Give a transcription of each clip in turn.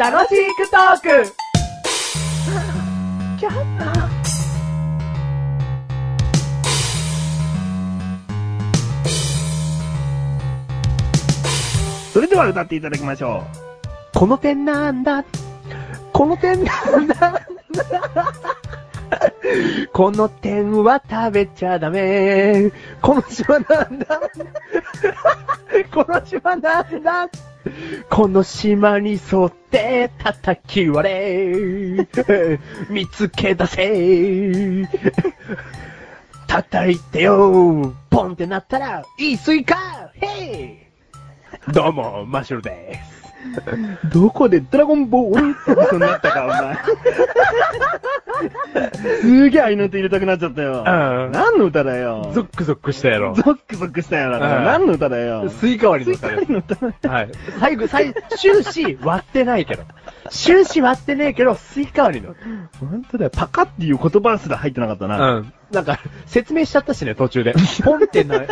楽しくトークそれでは歌っていただきましょこの点なんだこの点なんだこの点は食べちゃダメこの島なんだ この島なんだこの島に沿って叩き割れ 見つけ出せ 叩いてよポンってなったらいいスイカヘイう。どうも、マッシュルです。 どこでドラゴンボールそんなったか、すげえ合いの手入れたくなっちゃったよ。ん何の歌だおよ。前。ゾゾックゾックしたやろ。ックゾックしたよ。だからうん何の歌だよ。スイカ割りの歌何の歌だよ。です。はい。最後、最、終始割ってないけど。終始割ってねえけど、スイカ割りの。本当だよ。パカっていう言葉すら入ってなかったうな。ん。なんか、説明しちゃったしね、途中で。ポンってな、や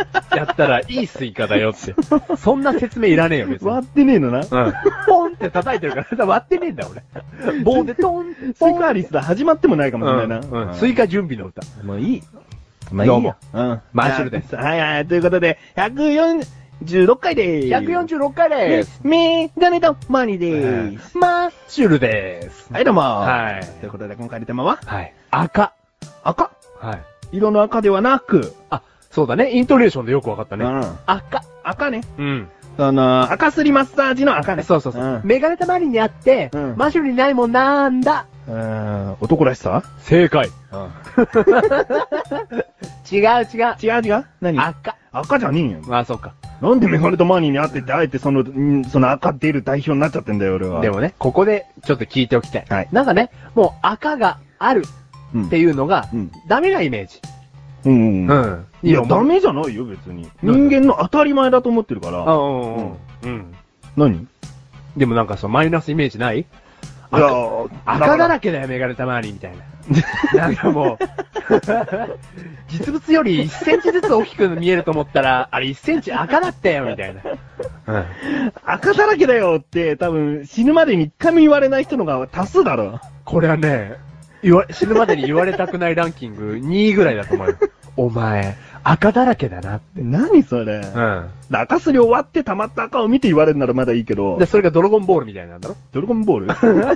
ったらいいスイカだよって。そんな説明いらねえよ、別に。割ってねえのな。スうん。ポンって叩いてるから、割ってねえんだよ、俺。棒でトン、ポイン。カアリスだ。始まってもないかもしれないうんうな。んスイカ準備の歌。もういい。まどうも。うん。マッシュルですはいはい。ということで、146回でーす。 146回でーす。メガネとマニでーす。マッシュルでーす。はい、どうも。はいということで、今回のテーマは、はい。赤。赤。はい。色の赤ではなく、あ、そうだね。イントネーションでよくわかったうね。ん赤。赤ね。うん。その、赤すりマッサージの赤ね。。そうそうそううんメガネたまりにあって、うんマッシュルにないもんなんだ。うーん、男らしさ正解。 違う違う。違う違う何赤。赤じゃねえよ。まあ、そうか。なんでメガネとマーニーに会ってって、あえてその、んその赤出る代表になっちゃってんだよ、俺は。でもね、ここでちょっと聞いておきたい。はいなんかね、もう赤があるうん、っていうのが、うんダメなイメージ。うん。うん。ん。いや、ダメ。メじゃないよ、別に。なん人で間の当たり前だと思ってるかうら。んうんうん。何でもなんかそのマイナスイメージないいやー赤だららけだよ、メガネたまわりみたいな。なんかもう、実物より1センチずつ大きく見えると思ったら、あれ1センチ赤だったよ、みたいな。赤だらけだよって、多分、死ぬまでに一回も言われない人のが多数だろ。これはね、言わ、死ぬまでに言われたくないランキング2位ぐらいだと思うよ。お前、赤だらけだな。何それ。うん。赤すり終わって溜まった赤を見て言われるならまだいいけどで、、それがドラゴンボールみたいなんだろドラゴンボール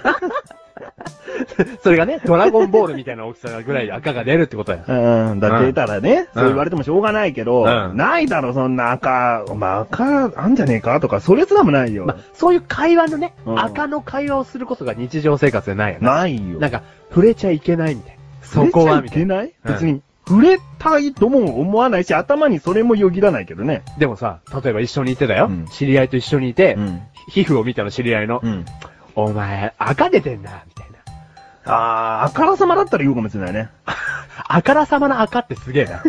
それがね、ドラゴンボールみたいな大きさぐらい赤が出るってことや。うん、だって出たらね、そう言われてもしょうがないけど、うんないだろ、そんな赤、お前赤あんじゃねえかとか、それすらもないよ。まあ、そういう会話のね、うん赤の会話をすることが日常生活でないよね。ないよ。なんか、触れちゃいけないみたいな。そこは、触れみちたゃいけいな。ないうん別に、触れたいとも思わないし、頭にそれもよぎらないけどね。でもさ、例えば一緒にいてだよ。うん知り合いと一緒にいて、ん。皮膚を見たの知り合いの、うん。お前、赤出てんな、みたいな。あー、あからさまだったら言うかもしれないね。あからさまな赤ってすげえ な。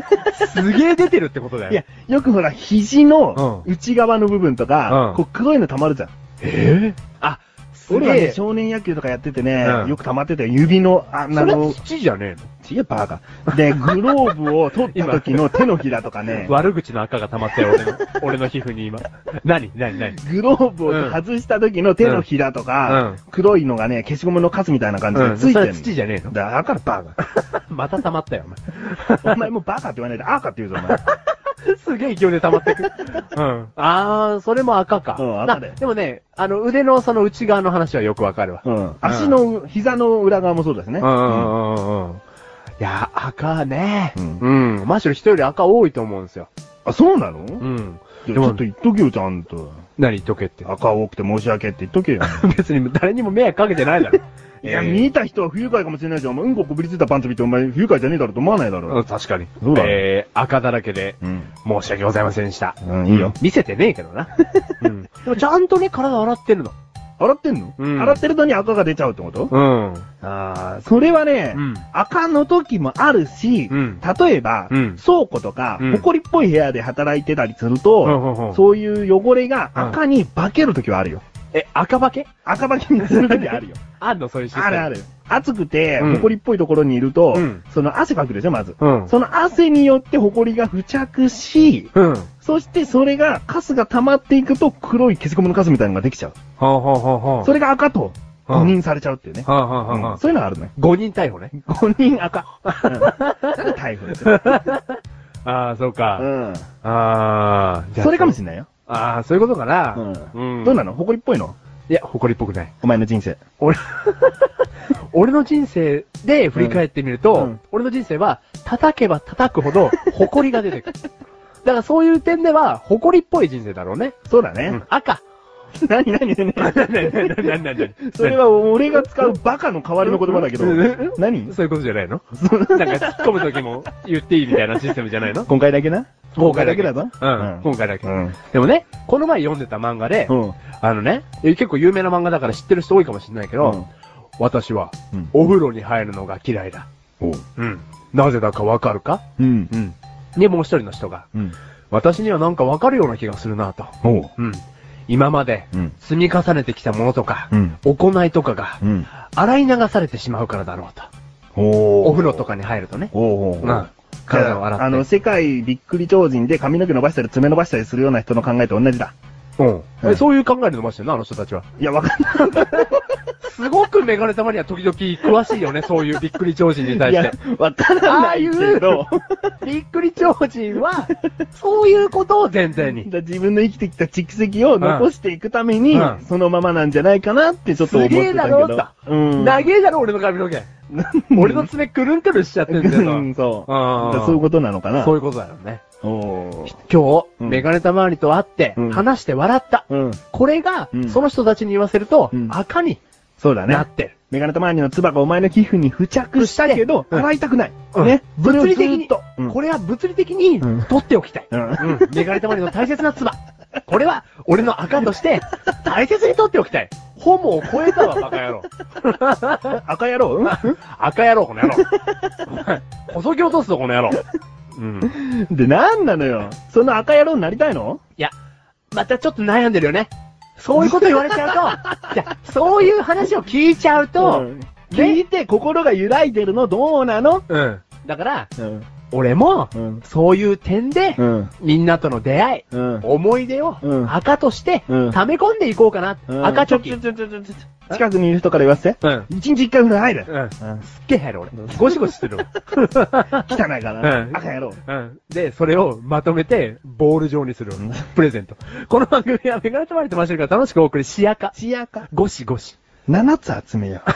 すげえ出てるってことだよ。いや、、よくほら、肘のう内側の部分とか、うんこう黒いの溜まるじゃん。ええあ、す俺はげね、え。少年野球とかやっててね、うんよく溜まってたよ。指の、あそなれの、土じゃねちげえバーカ。で、グローブを取った時の手のひらとかえ ねの。悪口の赤が溜まったよ、俺の。俺の皮膚に今。何何何グローブを外した時の手のひらとうんか、黒いのがね、消しゴムのカスみたいな感じうんでついそてれる、土じゃね えのだからバー また溜まったよ、おカ。お前もうバーカって言わないで、アーカって言うぞ、お前。前。すげえ勢いで溜まって く。うん。あー、それも赤か。うん赤だよなでもね、あの、腕のその内側の話はよくわかるわ。 うん。足の、膝の裏側もそうだしね。うんうんうんうん。いやー、赤ね。うんうん。マッシュル人より赤多いと思うんですよ。あ、そうなのうん。いやちょっと言っとけよ、ちゃんと。何言っとけって。 赤多くて申し訳って言っとけ よ。別に誰にも迷惑かけてないだろ。 いや、えー見た人は不愉快かもしれないじゃん。お前、うんここびりついたパンツ見て、お前、不愉快じゃねえだろと思わないだうろん。確かに。そうだね。えー、赤だらけでうん。申し訳ございませんでした。うん、いいよ。見せてねえけどな。 うん。でもちゃんとね、体洗ってるの。洗ってんのうん洗ってるのに赤が出ちゃうってことうん。ああ、それはね、うん赤の時もあるし、うん例えば、うん倉庫とか、うん埃っぽい部屋で働いてたりするうと、んうんうんそういう汚れが赤に化ける時はあるよ。え、赤化け赤化けにする時あ るよ。あんのそういうシステム。あるあ。る。暑くてうん、埃っぽいところにいると、うんその汗かくでしょ、まず。うん。その汗によって埃が付着し、うん。そそしてそれが、カスが溜まっていくと、黒い消しゴムのカスみたいなのができちゃう。ほうほうほうほう。それが赤と、うん誤認されちゃうっていうね。はあ、はあはあうはんそういうのはあるね。 5人逮捕ね。 5 人赤。うん逮捕ですよ。あ、ああ、そううか。ん。ああ、じゃあそれかもしれないよ。ああ、そういうことかな。うんうんどうなの誇りっぽいのいや、誇りっぽくない。お前の人生。俺、俺の人生で振り返ってみると、うんうん俺の人生は、叩けば叩くほど、誇りが出て くる。だからそういう点では、誇りっぽい人生だろうね。そうだうねん。赤。 なになになになになにそれは俺が使うバカの代わりの言葉だけどうん。何そういうことじゃない のなんか突っ込むときも言っていいみたいなシステムじゃないの今回だけな今回だけだぞ。うん、今回だけ。うん。でもね、この前読んでた漫画で、うん。あのね、結構有名な漫画だから知ってる人多いかもしれないけど、私はうん、お風呂に入るのが嫌いだ。おううん。なぜだかわかるかうん。うん。で、もう一人の人が、うん。私にはなんかわかるような気がするなと。おう。うん。今までうん。積み重ねてきたものとか、うん。行いとかが、うん。洗い流されてしまうからだろうと。おお風呂とかに入るとね。おうおうう。おうん体を洗って。あの、世界びっくり超人で髪の毛伸ばしたり爪伸ばしたりするような人の考えと同じだ。うんうんえ。そういう考えるのましてるな、あの人たちは。いや、わかんない。すごくメガネ様には時々詳しい よね、そういうびっくり超人に対いしやて。、わからないけど、びっくり超人は、そういうことを前提に。自分の生きてきた蓄積を残していくために、うんそのままなんじゃないかなってちょっと思ってたけど。すげえだうん。長えだろ、俺の髪の毛。俺の爪くるんくるんしちゃってんだよ。うん、そう。だからあそういうことなのかな。そうういうことだよね。おー今日、うんメガネたまわりと会ってうん、話して笑った。うん。これが、うんその人たちに言わせると、うん赤にそうだねな。ってる。メガネとマーニの唾がお前の皮膚に付着したけど、うん洗いたくない。うんね。物理的にそれをずっとうんこれは物理的にうん取っておきたい。うん。うんメガネたまりの大切な唾。これは、俺の赤として、大切に取っておきたい。ホモを超えたわ、バカ野郎。赤野郎、うん赤野郎、この野郎。お前、細き落とすぞ、この野郎。うん。で、なんなのよ。その赤野郎になりたいのまたちょっと悩んでるよね。そういうこと言われちゃ うと、じゃあそういう話を聞いちゃうと、ん聞いて心が揺らいでるのどうなのうん。だから、うん。俺も、うん。そういう点で、うん。みんなとの出会い、うん。思い出をうん赤として、うん溜め込んでいこうかな。赤チョキ。ちょちょちょちょちょちょ近くにいる人から言わせて。うん。一日一回ぐらい入る。うん。うん。すっげえ入る、俺。ゴシゴシしてる わ。汚いからう。ん赤野郎。うん。で、それをまとめて、ボール状にする。プレゼント。この番組はメガネとまりとましてるから楽しくお送りしやか。シアカ。ゴシゴシ。 7つ集めよう。